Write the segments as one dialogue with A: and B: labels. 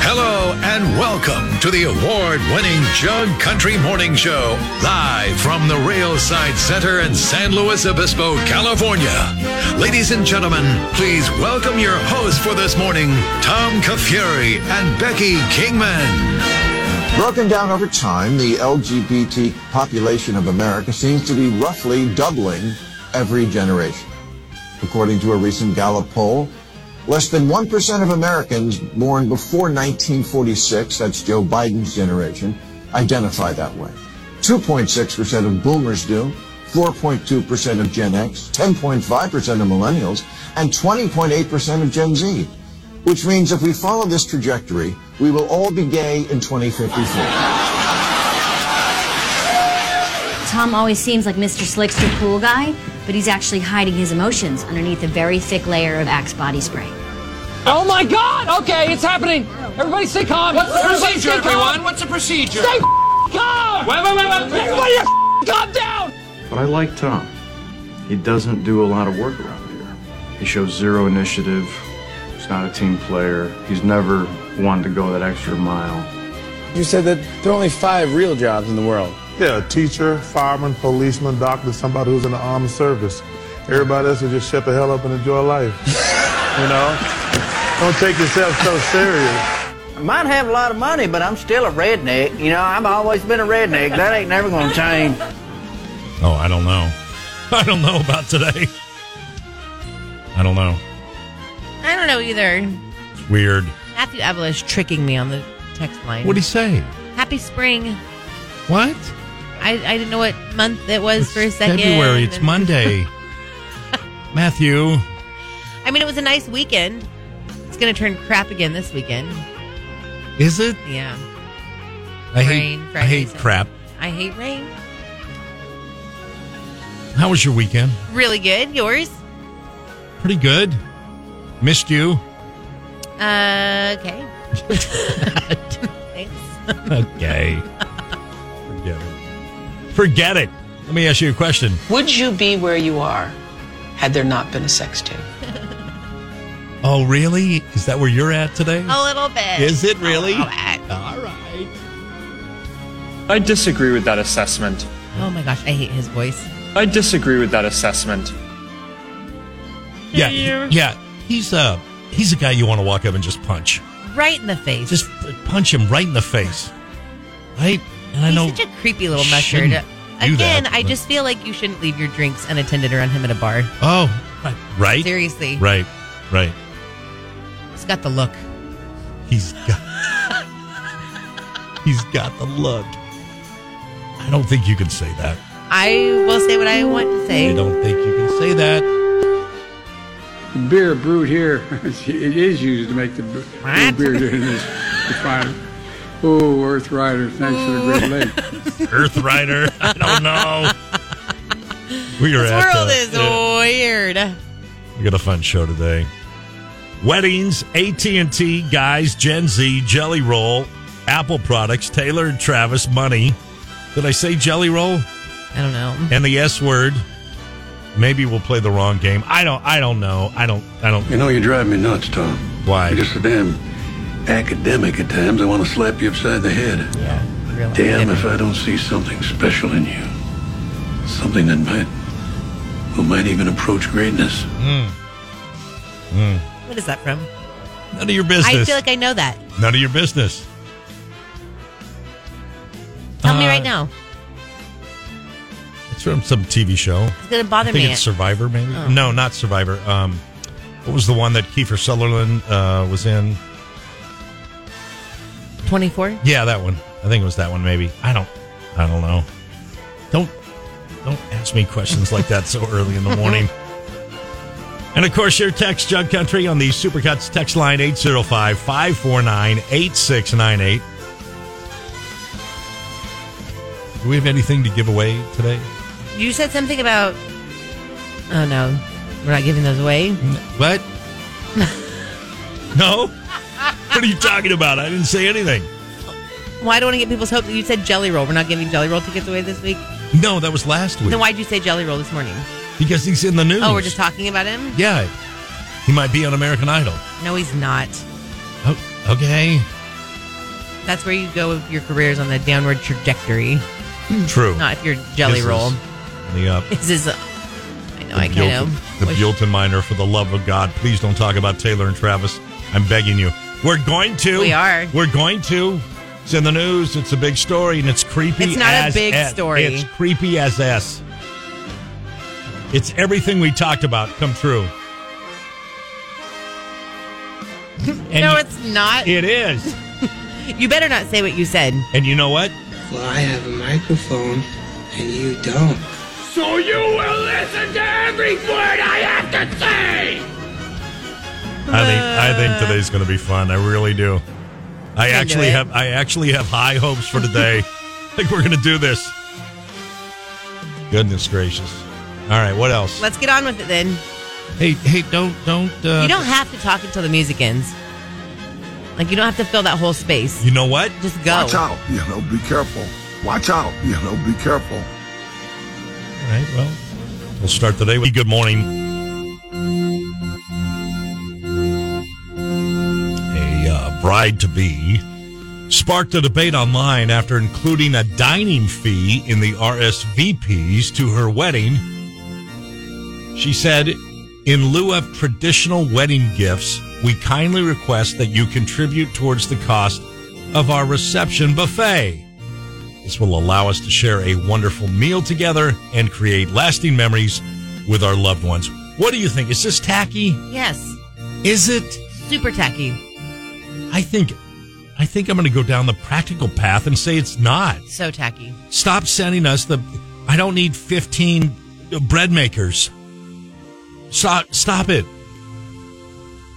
A: Hello and welcome to the award winning Jug Country Morning Show, live from the Railside Center in San Luis Obispo, California. Ladies and gentlemen, please welcome your hosts for this morning, Tom Kafuri and Becky Kingman.
B: Broken down over time, the LGBT population of America seems to be roughly doubling every generation. According to a recent Gallup poll, less than 1% of Americans born before 1946, that's Joe Biden's generation, identify that way. 2.6% of boomers do, 4.2% of Gen X, 10.5% of millennials, and 20.8% of Gen Z. Which means if we follow this trajectory, we will all be gay in 2054.
C: Tom always seems like Mr. Slickster cool guy, but he's actually hiding his emotions underneath a very thick layer of Axe body spray.
D: Oh my God! Okay, it's happening. Everybody, stay calm. What's
E: the procedure, everyone? What's the procedure?
D: Stay f- calm.
E: Wait, wait, wait, wait.
D: Everybody, f- calm down.
F: But I like Tom. He doesn't do a lot of work around here. He shows zero initiative. He's not a team player. He's never wanted to go that extra mile.
G: You said that there are only five real jobs in the world.
H: Yeah, a teacher, fireman, policeman, doctor, somebody who's in the armed service. Everybody else will just shut the hell up and enjoy life. you know? Don't take yourself so serious.
I: I might have a lot of money, but I'm still a redneck. You know, I've always been a redneck. That ain't never gonna change.
J: Oh, I don't know. I don't know about today. I don't know.
K: I don't know either.
J: It's weird.
K: Matthew Evelish tricking me on the text line.
J: What'd he say?
K: Happy spring.
J: What?
K: I, I didn't know what month it was for a second.
J: February. It's
K: and-
J: Monday. Matthew.
K: I mean, it was a nice weekend. It's going to turn crap again this weekend.
J: Is it?
K: Yeah.
J: I hate, I
K: Friday,
J: hate
K: Saturday.
J: crap.
K: I hate rain.
J: How was your weekend?
K: Really good. Yours?
J: Pretty good. Missed you.
K: Uh, okay. Thanks.
J: Okay. Forget it. Forget it. Let me ask you a question.
L: Would you be where you are had there not been a sex tape?
J: Oh, really? Is that where you're at today?
K: A little bit.
J: Is it really? Uh-huh.
K: A
J: All
K: little bit.
J: right.
M: I disagree with that assessment.
K: Oh my gosh, I hate his voice.
M: I disagree with that assessment.
J: Yeah, yeah. He's a he's a guy you want to walk up and just punch.
K: Right in the face.
J: Just punch him right in the face. Right? And I
K: He's
J: know
K: such a creepy little
J: shouldn't
K: mustard.
J: do
K: Again,
J: that,
K: I
J: but-
K: just feel like you shouldn't leave your drinks unattended around him at a bar.
J: Oh, right. Right.
K: Seriously.
J: Right. Right.
K: He's got the look.
J: He's got He's got the look. I don't think you can say that.
K: I will say what I want to
J: I
K: say.
J: don't think you can say that.
N: beer brewed here, it is used to make the b-
K: What?
N: beer during this fire. Oh, Earth Rider, thanks for the great lake.
J: Earth Rider. I don't know. We are
K: This
J: at
K: world
J: uh,
K: is
J: yeah.
K: weird.
J: We got a fun show today. Weddings, AT and T, guys, Gen Z, Jelly Roll, Apple products, Taylor and Travis, money. Did I say Jelly Roll
K: I don't know.
J: and the S word? Maybe we'll play the wrong game. I don't. I don't know. I don't. I don't.
O: You know, you drive me nuts, Tom.
J: Why?
O: You're just so damn academic at times. I want to slap you upside the head.
K: Yeah, really.
O: Damn if I don't see something special in you. Something that might, who might even approach greatness.
K: What is that from?
J: None of your business.
K: I feel like I know that.
J: None of your business.
K: Tell me
J: Uh,
K: right now.
J: It's from some TV show.
K: It's gonna bother
J: I think
K: me.
J: it's Survivor, maybe.
K: Oh.
J: No, not Survivor. Um, what was the one that Kiefer Sutherland uh, was in?
K: Twenty four.
J: Yeah, that one. I think it was that one. Maybe I don't. I don't know. Don't don't ask me questions like that so early in the morning. And of course, your text, Jug Country, on the Supercuts text line 805 549 8698. Do we have anything to give away today?
K: You said something about Oh no, we're not giving those away.
A: What? no? What are you talking about? I didn't say anything.
K: Well, I don't want to get people's hope. You said Jelly Roll. We're not giving Jelly Roll tickets away this week.
A: No, that was last week.
K: Then why'd you say Jelly Roll this morning?
A: Because he's in the news.
K: Oh, we're just talking about him.
A: Yeah. He might be on American Idol.
K: No, he's not.
A: Oh, okay.
K: That's where you go if your career is on the downward trajectory. Hmm.
A: True.
K: Not if you're Jelly
A: This is
K: Roll.
A: on The up.
K: This is. uh, I know. I
A: The
K: kind of.
A: Buellton- The Buellton Minor, for the love of God, please don't talk about Taylor and Travis. I'm begging you. We're going to.
K: We are.
A: We're going to. It's in the news. It's a big story, and it's creepy.
K: It's not a
A: as
K: big
A: S.
K: story.
A: It's creepy as s. It's everything we talked about come true. And
K: no,
A: you-
K: it's not.
A: It is.
K: You better not say what you said.
A: And you know what?
P: Well, I have a microphone and you don't.
E: So you will listen to every word I have to say!
A: I think I think today's going to be fun. I really do. I
E: Into
A: actually
E: it.
A: have I actually have high hopes for today. I think we're going to do this. Goodness gracious! All right, what else?
K: Let's get on with it then.
A: Hey, hey, don't don't. Uh,
K: you don't have to talk until the music ends. Like you don't have to fill that whole space.
A: You know what?
K: Just go.
B: Watch out, you know, be careful. Watch out, you know, be careful.
A: All right, well, we'll start today with good morning. A uh, bride to be sparked a debate online after including a dining fee in the RSVPs to her wedding. She said, in lieu of traditional wedding gifts, we kindly request that you contribute towards the cost of our reception buffet. This will allow us to share a wonderful meal together and create lasting memories with our loved ones. What do you think? Is this tacky?
K: Yes.
A: Is it?
K: Super tacky.
A: I think I think I'm going to go down the practical path and say it's not.
K: So tacky.
A: Stop sending us the I don't need 15 bread makers. Stop stop it.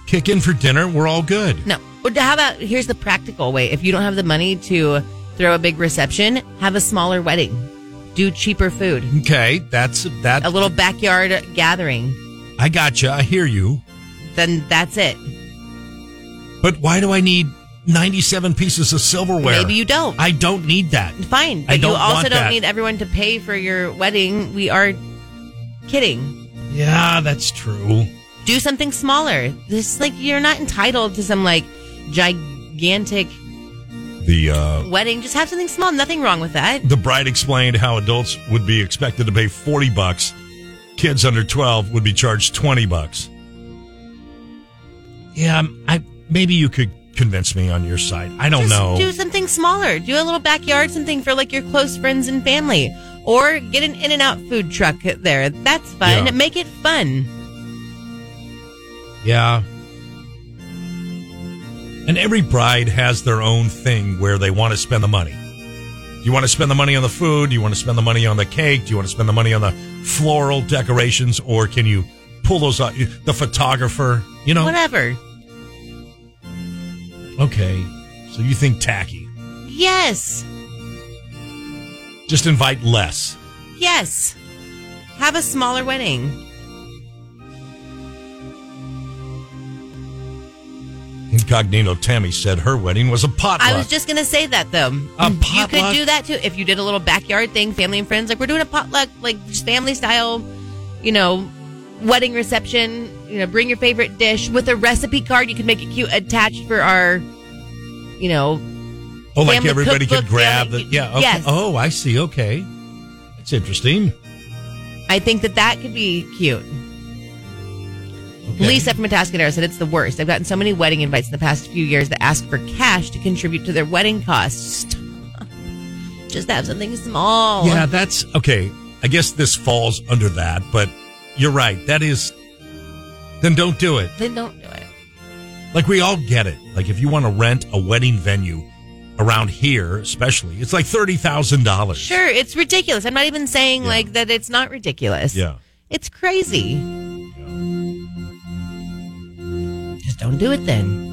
A: Kick in for dinner, we're all good.
K: No. Or how about here's the practical way? If you don't have the money to throw a big reception, have a smaller wedding. Do cheaper food.
A: Okay, that's that
K: A little backyard gathering.
A: I gotcha. I hear you.
K: Then that's it.
A: But why do I need 97 pieces of silverware?
K: Maybe you don't.
A: I don't need that.
K: Fine. But
A: I don't
K: you also
A: want
K: don't
A: that.
K: need everyone to pay for your wedding. We are kidding.
A: Yeah, that's true.
K: Do something smaller. This like you're not entitled to some like gigantic
A: The uh,
K: wedding. Just have something small. Nothing wrong with that.
A: the bride explained how adults would be expected to pay 40 bucks. Kids under 12 would be charged 20 bucks. Yeah, um, I maybe you could convince me on your side. I don't
K: Just
A: know.
K: Do something smaller. Do a little backyard something for like your close friends and family, or get an In and Out food truck there. That's fun.
A: Yeah.
K: Make it fun.
A: Yeah. And every bride has their own thing where they want to spend the money. You want to spend the money on the food? Do you want to spend the money on the cake? Do you want to spend the money on the floral decorations? Or can you pull those out? The photographer, you know?
K: Whatever.
A: Okay. So you think tacky.
K: Yes.
A: Just invite less.
K: Yes. Have a smaller wedding.
A: Incognito Tammy said her wedding was a potluck.
K: I was just gonna say that though.
A: A
K: You could
A: potluck?
K: do that too if you did a little backyard thing, family and friends. Like we're doing a potluck, like just family style, you know, wedding reception. You know, bring your favorite dish with a recipe card. You can make it cute attached for our, you know,
A: oh, like
K: family
A: everybody could
K: cookbook,
A: grab
K: family-
A: the. Yeah. Okay.
K: Yes.
A: Oh, I see. Okay. That's interesting.
K: I think that that could be cute. Lisa from Atascadero said it's the worst. I've gotten so many wedding invites in the past few years that ask for cash to contribute to their wedding costs. Stop. Just have something small.
A: Yeah, that's okay. I guess this falls under that, but you're right. That is, then don't do it.
K: Then don't do it.
A: Like we all get it. Like if you want to rent a wedding venue around here, especially, it's like thirty thousand dollars.
K: Sure, it's ridiculous. I'm not even saying like that it's not ridiculous.
A: Yeah.
K: It's crazy. Just don't do it then.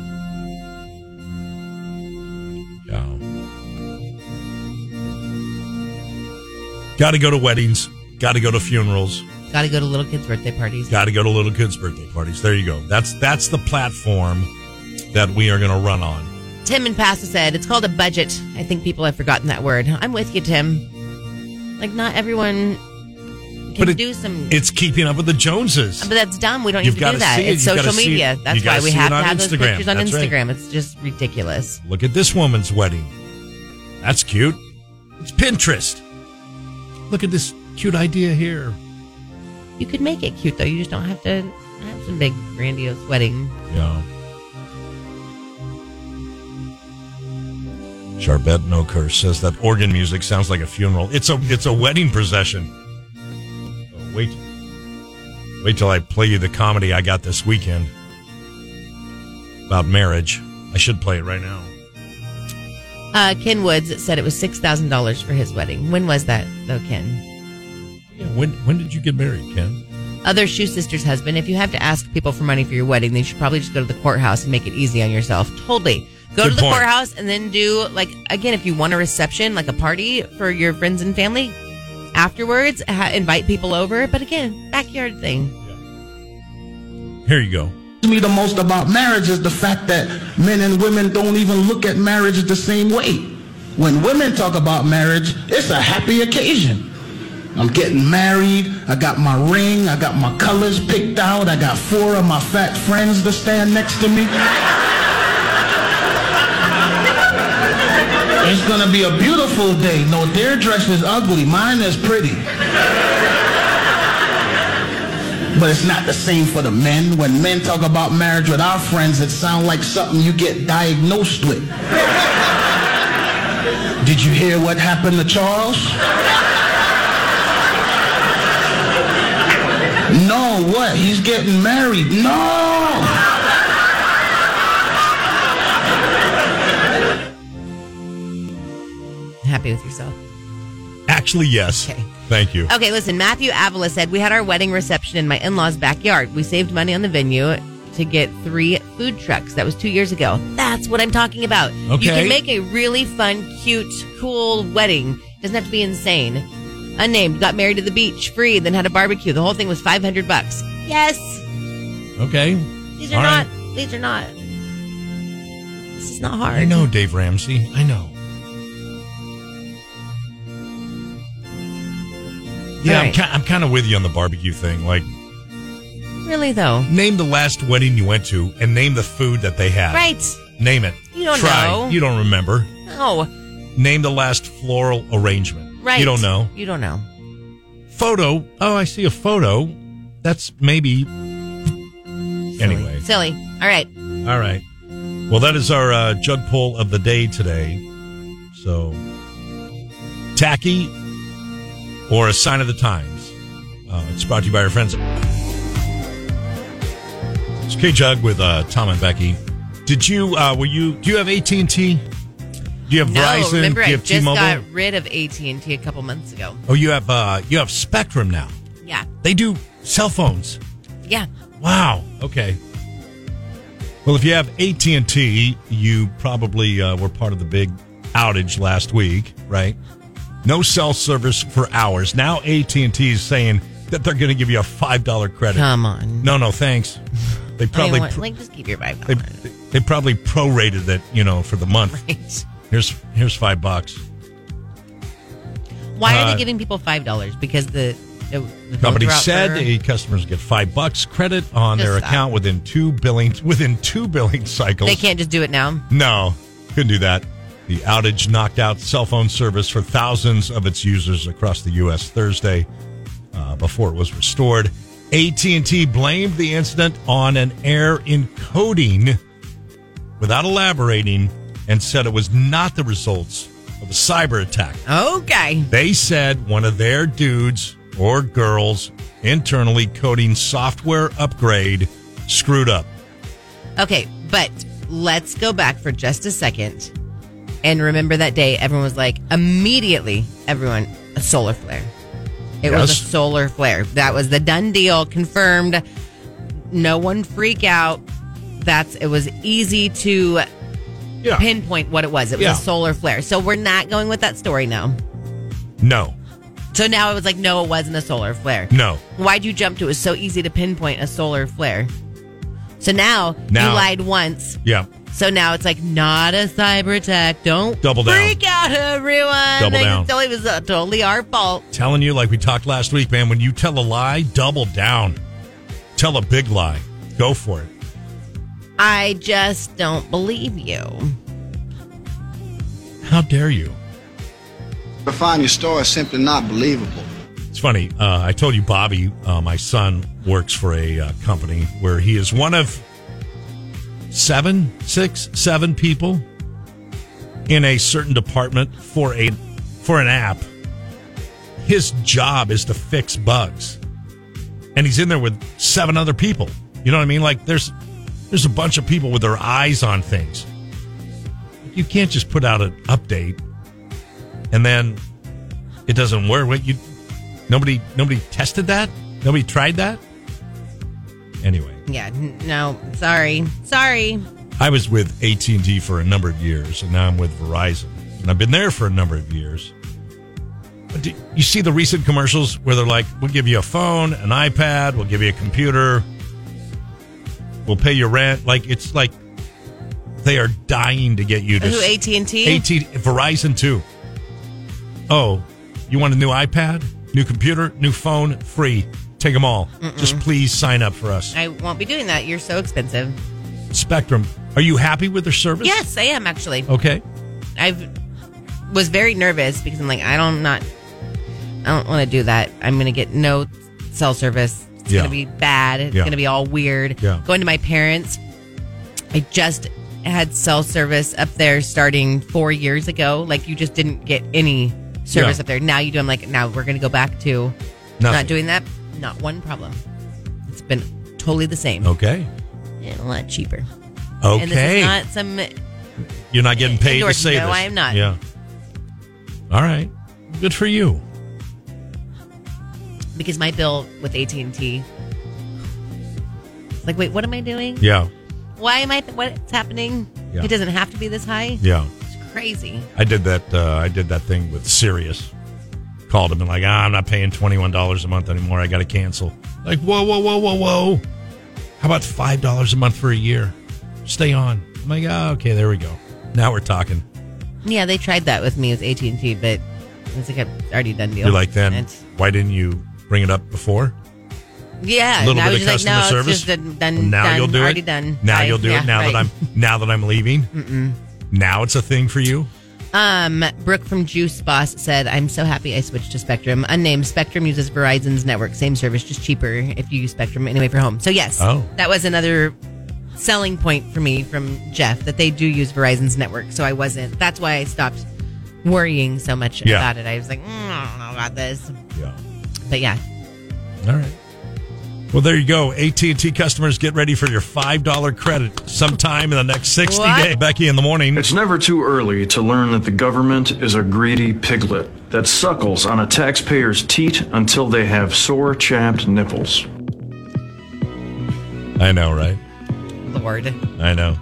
A: Got to go to weddings. Got to go to funerals.
K: Got to go to little kids' birthday parties.
J: Got to go to little kids' birthday parties. There you go. That's that's the platform that we are going to run on.
K: Tim and Pasta said it's called a budget. I think people have forgotten that word. I'm with you, Tim. Like not everyone can
J: But it-
K: do some.
J: It's keeping up with the Joneses.
K: But that's dumb. We don't
J: You've
K: need to
J: gotta
K: do that.
J: see it.
K: It's
J: You've
K: social
J: gotta see
K: media.
J: it.
K: That's
J: You
K: why
J: gotta
K: we
J: see
K: have
J: it
K: to
J: on
K: have those
J: Instagram.
K: pictures on
J: That's right.
K: Instagram. It's just ridiculous.
J: Look at this woman's wedding. That's cute. It's Pinterest. Look at this cute idea here.
K: You could make it cute though. You just don't have to have some big grandiose wedding.
J: Yeah. Charbet No Curse says that organ music sounds like a funeral. It's a it's a wedding procession. Oh, wait. Wait till I play you the comedy I got this weekend about marriage. I should play it right now.
K: Uh, Ken Woods said it was six thousand dollars for his wedding. When was that though, Ken?
J: Yeah, when when did you get married, Ken?
K: Other shoe sister's husband. If you have to ask people for money for your wedding, then you should probably just go to the courthouse and make it easy on yourself. Totally. Go
J: Good
K: to the
J: point.
K: courthouse and then do like again if you want a reception, like a party for your friends and family. Afterwards, ha- invite people over. But again, backyard thing.
J: Here you go.
Q: to me the most about marriage is the fact that men and women don't even look at marriage the same way. When women talk about marriage, it's a happy occasion. I'm getting married, I got my ring, I got my colors picked out, I got four of my fat friends to stand next to me. It's gonna be a beautiful day. No, their dress is ugly, mine is pretty. But it's not the same for the men. When men talk about marriage with our friends, it sounds like something you get diagnosed with. Did you hear what happened to Charles? No, what? He's getting married. No!
K: Happy with yourself.
J: Actually, yes. Thank you.
K: Okay, listen. Matthew Avila said we had our wedding reception in my in-laws' backyard. We saved money on the venue to get three food trucks. That was two years ago. That's what I'm talking about. You
J: Okay.
K: can make a really fun, cute, cool wedding. Doesn't have to be insane. Unnamed got married at the beach, free. Then had a barbecue. The whole thing was 500 bucks. Yes,
J: Okay.
K: these are
J: All
K: not.
J: right.
K: These are not. This is not hard.
J: I know, Dave Ramsey. I know. Yeah,
K: All
J: I'm,
K: right.
J: ki- I'm kind of with you on the barbecue thing. Like,
K: Really though.
J: name the last wedding you went to and name the food that they had.
K: Right.
J: Name it.
K: You don't
J: Try.
K: know.
J: You don't remember.
K: No.
J: Name the last floral arrangement.
K: Right.
J: You don't know.
K: You don't know.
J: Photo. Oh, I see a photo. That's maybe. Anyway.
K: Silly. All right.
J: All right. Well, that is our uh, jug pull of the day today. So, tacky or a sign of the times. Uh, it's brought to you by our friends. It's K Jug with uh, Tom and Becky. Did you? Uh, were you? Do you have AT and T? Do you have
K: No,
J: Verizon?
K: remember
J: do you
K: I
J: have
K: just
J: T-Mobile?
K: got rid of AT and T a couple months ago.
J: Oh, you have uh, you have Spectrum now.
K: Yeah,
J: They do cell phones.
K: yeah.
J: Wow. Okay. Well, if you have AT and T, you probably uh, were part of the big outage last week, right? No cell service for hours. Now AT and T is saying that they're going to give you a five dollar credit.
K: Come on.
J: No, no, thanks. They
K: I don't even
J: probably
K: Oh, want-
J: pr-
K: like just keep your vibe.
J: they, they probably prorated it, you know, for the month. Here's here's five bucks.
K: Why are
J: Uh,
K: they giving people five dollars? Because the, the, the
J: Company
K: phones were out
J: said
K: for-
J: the customers get five bucks credit on
K: Just
J: their
K: stop.
J: account within two billing within two billing cycles.
K: they can't just do it now.
J: No, couldn't do that. The outage knocked out cell phone service for thousands of its users across the U.S. Thursday uh, before it was restored. AT&T blamed the incident on an error in coding without elaborating and said it was not the results of a cyber attack.
K: Okay.
J: They said one of their dudes or girls internally coding software upgrade screwed up.
K: Okay, but let's go back for just a second and remember that day. Everyone was like, immediately, everyone a solar flare. It was a
J: Yes.
K: solar flare. That was the done deal, confirmed. No one freak out. That's it was easy to pinpoint what it was. It was
J: Yeah.
K: a solar flare. So we're not going with that story now.
J: No.
K: So now it was like, no, it wasn't a solar flare.
J: No.
K: Why'd you jump to it? was so easy to pinpoint a solar flare. So now,
J: Now-
K: you lied once.
J: Yeah.
K: So now it's like not a cyber attack. Don't
J: Double down.
K: freak out, everyone.
J: Double
K: Like,
J: down.
K: It's totally, it was uh, totally our fault.
J: Telling you, like we talked last week, man, when you tell a lie, double down. Tell a big lie. Go for it.
K: I just don't believe you.
J: How dare you?
R: To find your story is simply not believable.
J: It's funny. Uh, I told you, Bobby, uh, my son works for a uh, company where he is one of seven, six, seven people in a certain department for a for an app. His job is to fix bugs, and he's in there with seven other people. You know what I mean? Like there's there's a bunch of people with their eyes on things. You can't just put out an update and then it doesn't work. Wait, you nobody nobody tested that. Nobody tried that. Anyway.
K: Yeah, n- no, sorry. Sorry.
J: I was with AT and T for a number of years, and now I'm with Verizon, and I've been there for a number of years. But do you see the recent commercials where they're like, "We'll give you a phone, an iPad, we'll give you a computer, we'll pay your rent." Like it's like they are dying to get you to
K: Who, AT&T?
J: AT Verizon too. Oh, you want a new iPad, new computer, new phone, free? Take them all.
K: Mm-mm.
J: Just please sign up for us.
K: I won't be doing that. You're so expensive.
J: Spectrum, are you happy with their service?
K: Yes, I am actually.
J: Okay.
K: I was very nervous because I'm like, I don't not, I don't want to do that. I'm going to get no cell service. It's
J: Yeah.
K: going to be bad. It's
J: Yeah.
K: going to be all weird.
J: Yeah.
K: Going to my parents, I just had cell service up there starting four years ago. Like you just didn't get any service
J: Yeah.
K: up there. Now you do. I'm like, now we're going to go back to
J: Nothing.
K: not doing that. Not one problem. It's been totally the same.
J: Okay.
K: And a lot cheaper.
J: Oh. Okay.
K: And this is not some
J: You're not getting paid to
K: Endorsed.
J: say
K: No,
J: this.
K: I am not.
J: Yeah. All right. Good for you.
K: because my bill with AT and T. Like, wait, what am I doing?
J: Yeah.
K: Why am I? what's happening?
J: Yeah.
K: It doesn't have to be this high.
J: Yeah.
K: It's crazy.
J: I did that. Uh, I did that thing with Sirius. Called him and like, ah, I'm not paying twenty one dollars a month anymore. I got to cancel. Like, whoa, whoa, whoa, whoa, whoa. How about five dollars a month for a year? Stay on. I'm like, ah, okay, there we go. Now we're talking.
K: Yeah, they tried that with me with AT and T, but it's like a already done deal.
J: You're like, then
K: It's-
J: why didn't you bring it up before?
K: yeah,
J: little
K: and I
J: bit
K: was
J: of
K: just
J: customer
K: like, no,
J: service.
K: It's just done, done,
J: Well, now
K: done,
J: you'll do
K: already
J: it.
K: done.
J: Now
K: I-
J: you'll do
K: yeah,
J: it. Now
K: right.
J: that I'm now that I'm leaving.
K: Mm-mm.
J: Now it's a thing for you.
K: Um, Brooke from Juice Boss said, I'm so happy I switched to Spectrum. Unnamed Spectrum uses Verizon's network. Same service, just cheaper if you use Spectrum anyway for home. So, yes,
J: Oh.
K: that was another selling point for me from Jeff that they do use Verizon's network. So, I wasn't, that's why I stopped worrying so much
J: Yeah.
K: about it. I was like, mm, I don't know about this.
J: Yeah.
K: But yeah,
J: All right. Well, there you go. AT&T customers, get ready for your $5 credit sometime in the next 60
K: What?
J: days. Becky in the morning.
F: It's never too early to learn that the government is a greedy piglet that suckles on a taxpayer's teat until they have sore, chapped nipples.
J: I know, right?
K: Lord.
J: I know.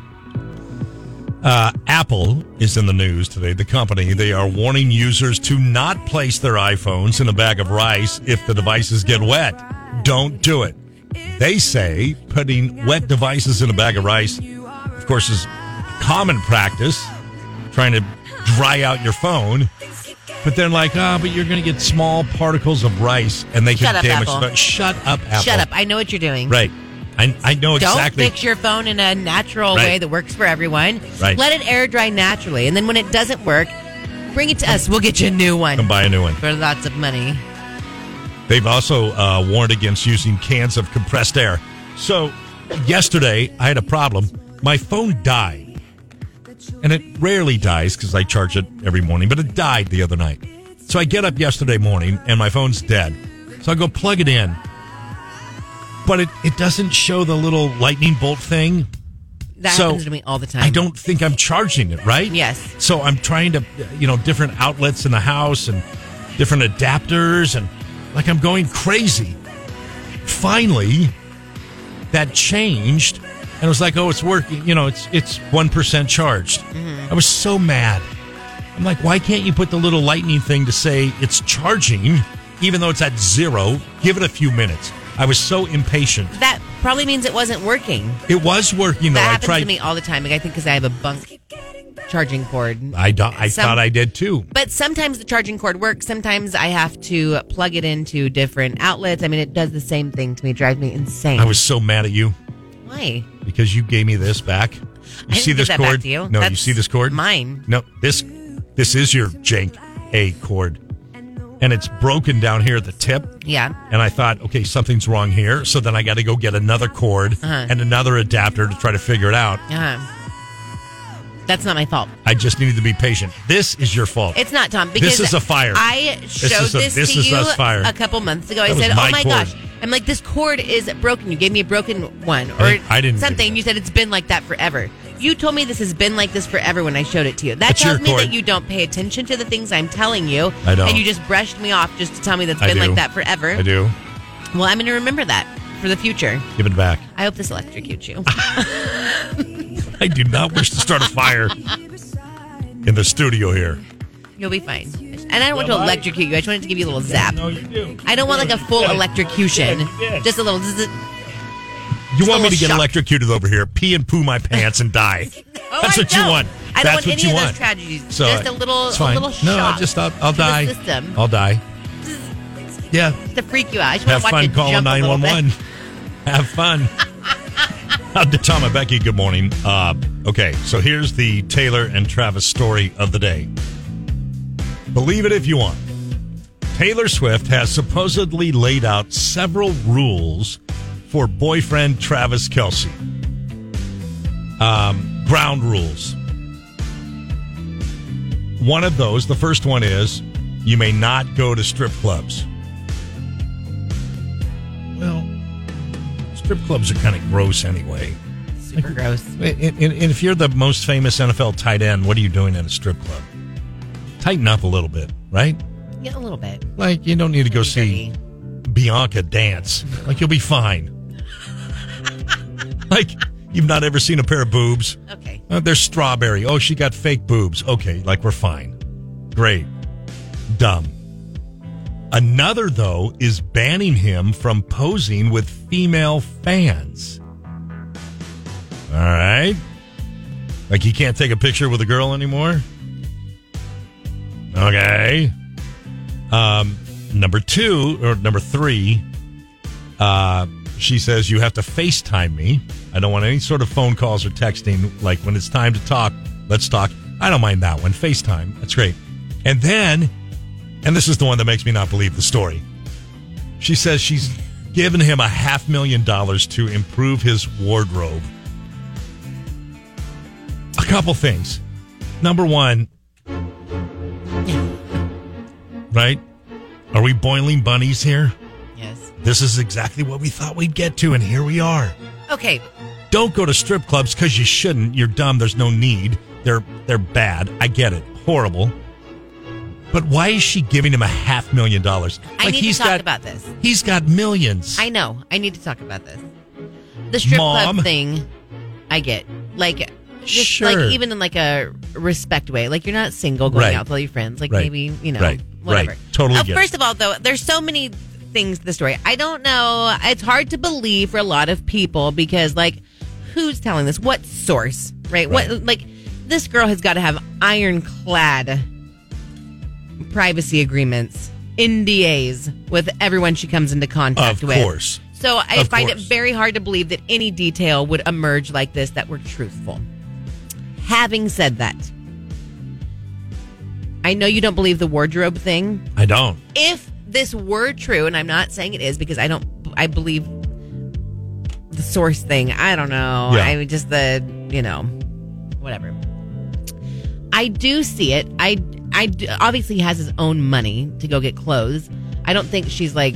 J: Uh, Apple is in the news today. The company, they are warning users to not place their iPhones in a bag of rice if the devices get wet. Don't do it. They say putting wet devices in a bag of rice, of course, is common practice, trying to dry out your phone. But then, like, ah, but you're going to get small particles of rice and they can
K: Shut up,
J: damage.
K: Apple.
J: the- Shut up, Apple.
K: shut up. I know what you're doing.
J: Right. I, I know
K: Don't
J: exactly.
K: fix your phone in a natural
J: Right.
K: way that works for everyone.
J: Right.
K: Let it air dry naturally. And then when it doesn't work, bring it to us. We'll get you a new one.
J: Come buy a new one.
K: For lots of money.
J: They've also uh, warned against using cans of compressed air. So, yesterday I had a problem. My phone died, and it rarely dies because I charge it every morning. But it died the other night. So I get up yesterday morning and my phone's dead. So I go plug it in, but it it doesn't show the little lightning bolt thing.
K: That
J: So,
K: happens to me all the time.
J: I don't think I'm charging it right.
K: Yes.
J: So I'm trying to, you know, different outlets in the house and different adapters and like I'm going crazy. Finally, that changed and it was like, oh, it's working. You know, it's it's one percent charged.
K: Mm-hmm.
J: I was so mad. I'm like, why can't you put the little lightning thing to say it's charging? even though it's at zero, give it a few minutes. I was so impatient.
K: That probably means it wasn't working.
J: It was working though.
K: that
J: I
K: happens
J: tried.
K: to me all the time. Like, I think because I have a bunk charging cord.
J: I do- I
K: Some-
J: thought I did too.
K: But sometimes the charging cord works. Sometimes I have to plug it into different outlets. I mean, it does the same thing to me. It drives me insane.
J: I was so mad at you
K: Why?
J: because you gave me this back. You
K: I didn't
J: see
K: give
J: this
K: that back
J: cord?
K: to you.
J: No, you
K: That's
J: see this cord?
K: mine.
J: No, this this is your jank A cord, and it's broken down here at the tip.
K: Yeah.
J: And I thought, okay, something's wrong here. So then I got to go get another cord
K: Uh-huh.
J: and another adapter to try to figure it out.
K: Uh, that's not my fault.
J: I just needed to be patient. This is your fault.
K: It's not Tom. Because
J: This is a fire.
K: I
J: This
K: showed
J: is
K: this,
J: a- this
K: to
J: is
K: you
J: us fire.
K: a couple months ago. I
J: That was
K: said,
J: my
K: "Oh my
J: cord.
K: gosh!" I'm like, "This cord is broken." You gave me a broken one, or
J: I didn't- I didn't give
K: something. You said it's been like that forever. You told me this has been like this forever when I showed it to you. That
J: It's your
K: tells me
J: cord.
K: that you don't pay attention to the things I'm telling you.
J: I don't.
K: And you just brushed me off just to tell me that's
J: I
K: been
J: do.
K: like that forever.
J: I do.
K: Well, I'm going to remember that for the future.
J: Give it back.
K: I hope this electrocutes you.
J: I do not wish to start a fire in the studio here.
K: You'll be fine. And I don't want to electrocute you. I just wanted to give you a little zap. No, you do. I don't want like a full
J: Yeah.
K: electrocution.
J: Yeah, you did.
K: Just a little. zzz.
J: You want me
K: little
J: to get
K: shock.
J: electrocuted over here, pee and poo my pants and die.
K: Oh,
J: That's
K: I
J: what you
K: don't.
J: want.
K: I don't
J: That's
K: want
J: what
K: any
J: you
K: of those
J: want.
K: tragedies. Just a little-
J: it's
K: a
J: fine.
K: little
J: No, I'll
K: shock
J: just I'll, I'll
K: to the
J: die.
K: system.
J: I'll die. Yeah.
K: to freak you out. I just
J: Have
K: want to watch
J: fun
K: it
J: calling
K: jump a
J: nine
K: little
J: one
K: bit.
J: one. Have fun. Uh, Tom and Becky, good morning. Uh, okay, so here's the Taylor and Travis story of the day. Believe it if you want. Taylor Swift has supposedly laid out several rules for boyfriend Travis Kelsey. Um, ground rules. One of those, the first one is you may not go to strip clubs. Well, strip clubs are kind of gross anyway.
K: Super gross.
J: And, and- and if you're the most famous NFL tight end, what are you doing in a strip club? Tighten up a little bit, right?
K: Yeah, a little bit.
J: Like you don't need to go see Bianca dance. Like you'll be fine. like you've not ever seen a pair of boobs.
K: Okay.
J: Uh, they're strawberry. Oh, she got fake boobs. Okay, like we're fine. Great. Dumb. Another though is banning him from posing with female fans. All right. Like he can't take a picture with a girl anymore. Okay. Um, number two or number three, uh, she says you have to FaceTime me. I don't want any sort of phone calls or texting. Like when it's time to talk, let's talk. I don't mind that one. FaceTime, that's great. And then, and this is the one that makes me not believe the story. She says she's given him a half million dollars to improve his wardrobe. A couple things. Number one, right? Are we boiling bunnies here?
K: Yes.
J: This is exactly what we thought we'd get to, and here we are.
K: Okay.
J: Don't go to strip clubs because you shouldn't. You're dumb. There's no need. They're they're bad. I get it. Horrible. But why is she giving him a half million dollars?
K: I need to talk
J: got,
K: about this.
J: He's got millions.
K: I know. I need to talk about this. The strip
J: Mom.
K: club thing, I get. Like, just
J: Sure.
K: like even in like a respect way. Like you're not single going
J: Right.
K: out with all your friends. Like
J: Right.
K: maybe you know
J: Right.
K: whatever.
J: Right. Totally
K: Uh,
J: get it.
K: first of all, though, there's so many things to the story. I don't know. It's hard to believe for a lot of people because like who's telling this? What source? Right? What like this girl has got to have ironclad privacy agreements, NDAs with everyone she comes into contact
J: Of
K: with.
J: course.
K: So I
J: Of
K: find
J: course.
K: it very hard to believe that any detail would emerge like this that were truthful. Having said that, I know you don't believe the wardrobe thing.
J: I don't.
K: If this were true, and I'm not saying it is because I don't, I believe the source thing. I don't know.
S: Yeah.
K: I mean, just the, you know, whatever. I do see it. I, I d- obviously has his own money to go get clothes. I don't think she's like,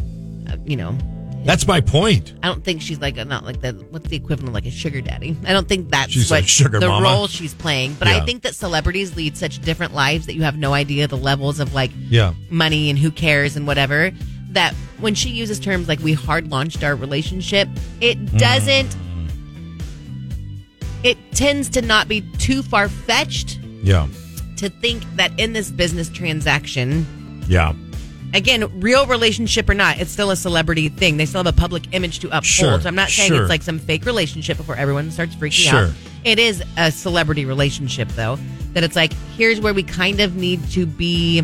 K: uh, you know,
J: That's my point.
K: I don't think she's like not like the what's the equivalent of like a sugar daddy. I don't think that's
J: She's
K: what
J: a sugar
K: the
J: mama.
K: role she's playing. But
J: Yeah.
K: I think that celebrities lead such different lives that you have no idea the levels of like
J: Yeah.
K: money and who cares and whatever. That when she uses terms like we hard launched our relationship,
J: Mm.
K: it doesn't. It tends to not be too far fetched
J: Yeah.
K: to think that in this business transaction
J: Yeah.
K: again, real relationship or not, it's still a celebrity thing. They still have a public image to uphold.
J: Sure,
K: so I'm not saying
J: sure.
K: it's like some fake relationship before everyone starts freaking
J: Sure.
K: out. It is a celebrity relationship though. That it's like here's where we kind of need to be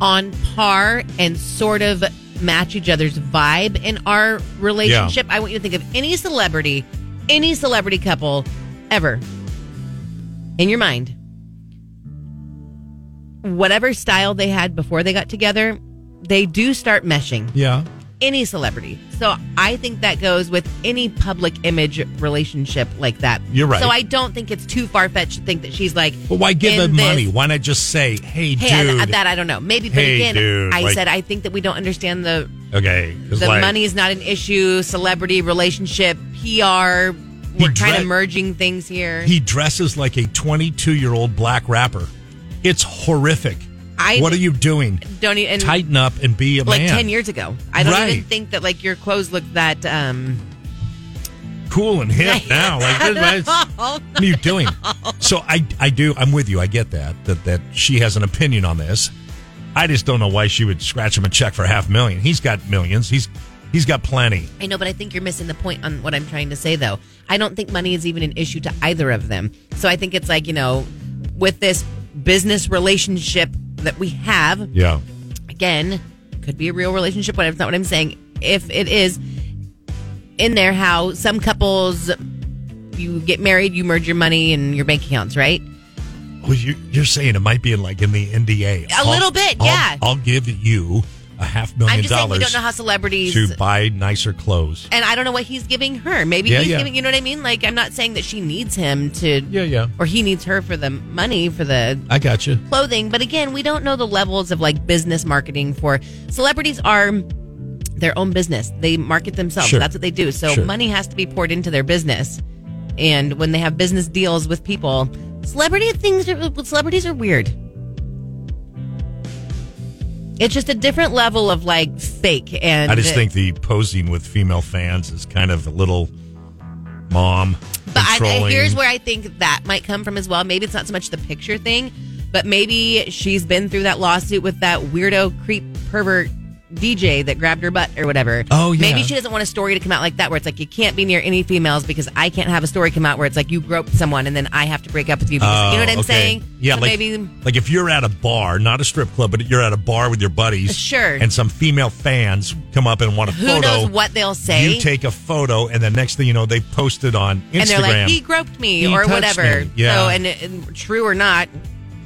K: on par and sort of match each other's vibe in our relationship. I want you to think of any celebrity, any celebrity couple ever in your mind. Whatever style they had before they got together, they do start meshing.
J: Yeah.
K: Any celebrity. So I think that goes with any public image relationship like that.
J: You're right.
K: So I don't think it's too far fetched to think that she's like.
J: But why give
K: in
J: them
K: this-
J: money? Why not just say, "Hey,
K: Hey,
J: dude,
K: I, that I don't know. Maybe, but
J: Hey,
K: again,
J: dude,
K: I
J: like-
K: said I think that we don't understand the
J: okay, 'cause
K: the
J: like,
K: money is not an issue. Celebrity relationship, PR. We're kind
J: dre-
K: of merging things here.
J: He dresses like a 22 year old black rapper. It's horrific.
K: I-
J: what are you doing?
K: don't e-, even
J: Tighten up and be a
K: like
J: man.
K: 10 years ago. I don't even
J: Right.
K: think that like your clothes look that um
J: cool and hip now. Like,
K: I
J: this-
K: know.
J: what are you doing? So I, I do. I'm with you. I get that. That that she has an opinion on this. I just don't know why she would scratch him a check for half a million. He's got millions. He's he's got plenty.
K: I know, but I think you're missing the point on what I'm trying to say though. I don't think money is even an issue to either of them. So I think it's like, you know, with this business relationship that we have,
J: Yeah.
K: again, could be a real relationship, whatever. It's not what I'm saying. If it is in there, how some couples you get married, you merge your money and your bank accounts, right?
J: Well, you, you're saying it might be in like in the NDA.
K: A little bit,
J: I'll-
K: yeah.
J: I'll give you a half million
K: I'm just saying we
J: dollars
K: don't know how celebrities
J: to buy nicer clothes.
K: and I don't know what he's giving her. Maybe
J: Yeah,
K: he's
J: yeah.
K: giving, you know what I mean? Like, I'm not saying that she needs him to,
J: yeah, yeah,
K: or he needs her for the money for the
J: I got you.
K: clothing. But again, we don't know the levels of like business marketing for celebrities are their own business. They market themselves.
J: Sure.
K: That's what they do. So
J: Sure.
K: money has to be poured into their business. And when they have business deals with people, celebrity things are, celebrities are weird. It's just a different level of like fake and
J: I just think the posing with female fans is kind of a little mom.
K: But I,
J: controlling.
K: here's where I think that might come from as well. Maybe it's not so much the picture thing, but maybe she's been through that lawsuit with that weirdo creep pervert DJ that grabbed her butt or whatever.
J: Oh, yeah.
K: Maybe she doesn't want a story to come out like that where it's like you can't be near any females because I can't have a story come out where it's like you groped someone and then I have to break up with you. Because, you know what I'm
J: Oh, okay.
K: saying?
J: Yeah,
K: So
J: like,
K: maybe
J: like if you're at a bar, not a strip club, but you're at a bar with your buddies,
K: Uh, Sure.
J: and some female fans come up and want a
K: who
J: photo.
K: knows what they'll say.
J: You take a photo, and the next thing you know, they posted on Instagram.
K: and they're like, he groped me
J: He
K: or
J: touched
K: whatever.
J: me. Yeah.
K: So, and, and true or not,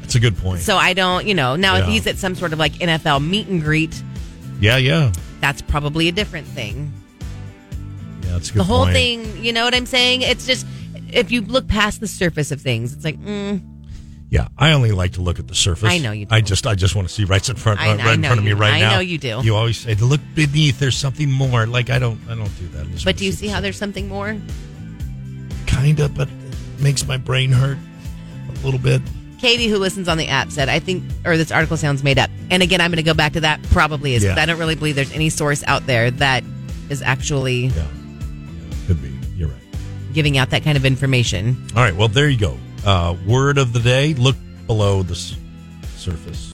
J: That's a good point.
K: so I don't, you know, now if
J: Yeah.
K: he's at some sort of like NFL meet and greet,
J: yeah, yeah,
K: that's probably a different thing.
J: yeah. That's a good
K: the whole
J: point.
K: thing, you know what I'm saying? It's just if you look past the surface of things, it's like, mm,
J: Yeah, I only like to look at the surface.
K: I know you
J: I just, I just want to see right in front,
K: I-
J: right
K: I
J: in
K: know
J: front of me
K: you-
J: right
K: I
J: now.
K: know you do.
J: You always say, look beneath. There's something more. Like I don't, I don't do that. I just
K: but
J: wanna
K: do you see how there's something more?
J: Kinda, but it makes my brain hurt a little bit.
K: Katie, who listens on the app, said, I think, or this article sounds made up. And again, I'm going to go back to that. Probably is. 'cause
J: Yeah.
K: I don't really believe there's any source out there that is actually
J: Could be. You're right.
K: giving out that kind of information.
J: All right. Well, there you go. Uh, word of the day: look below the s- surface.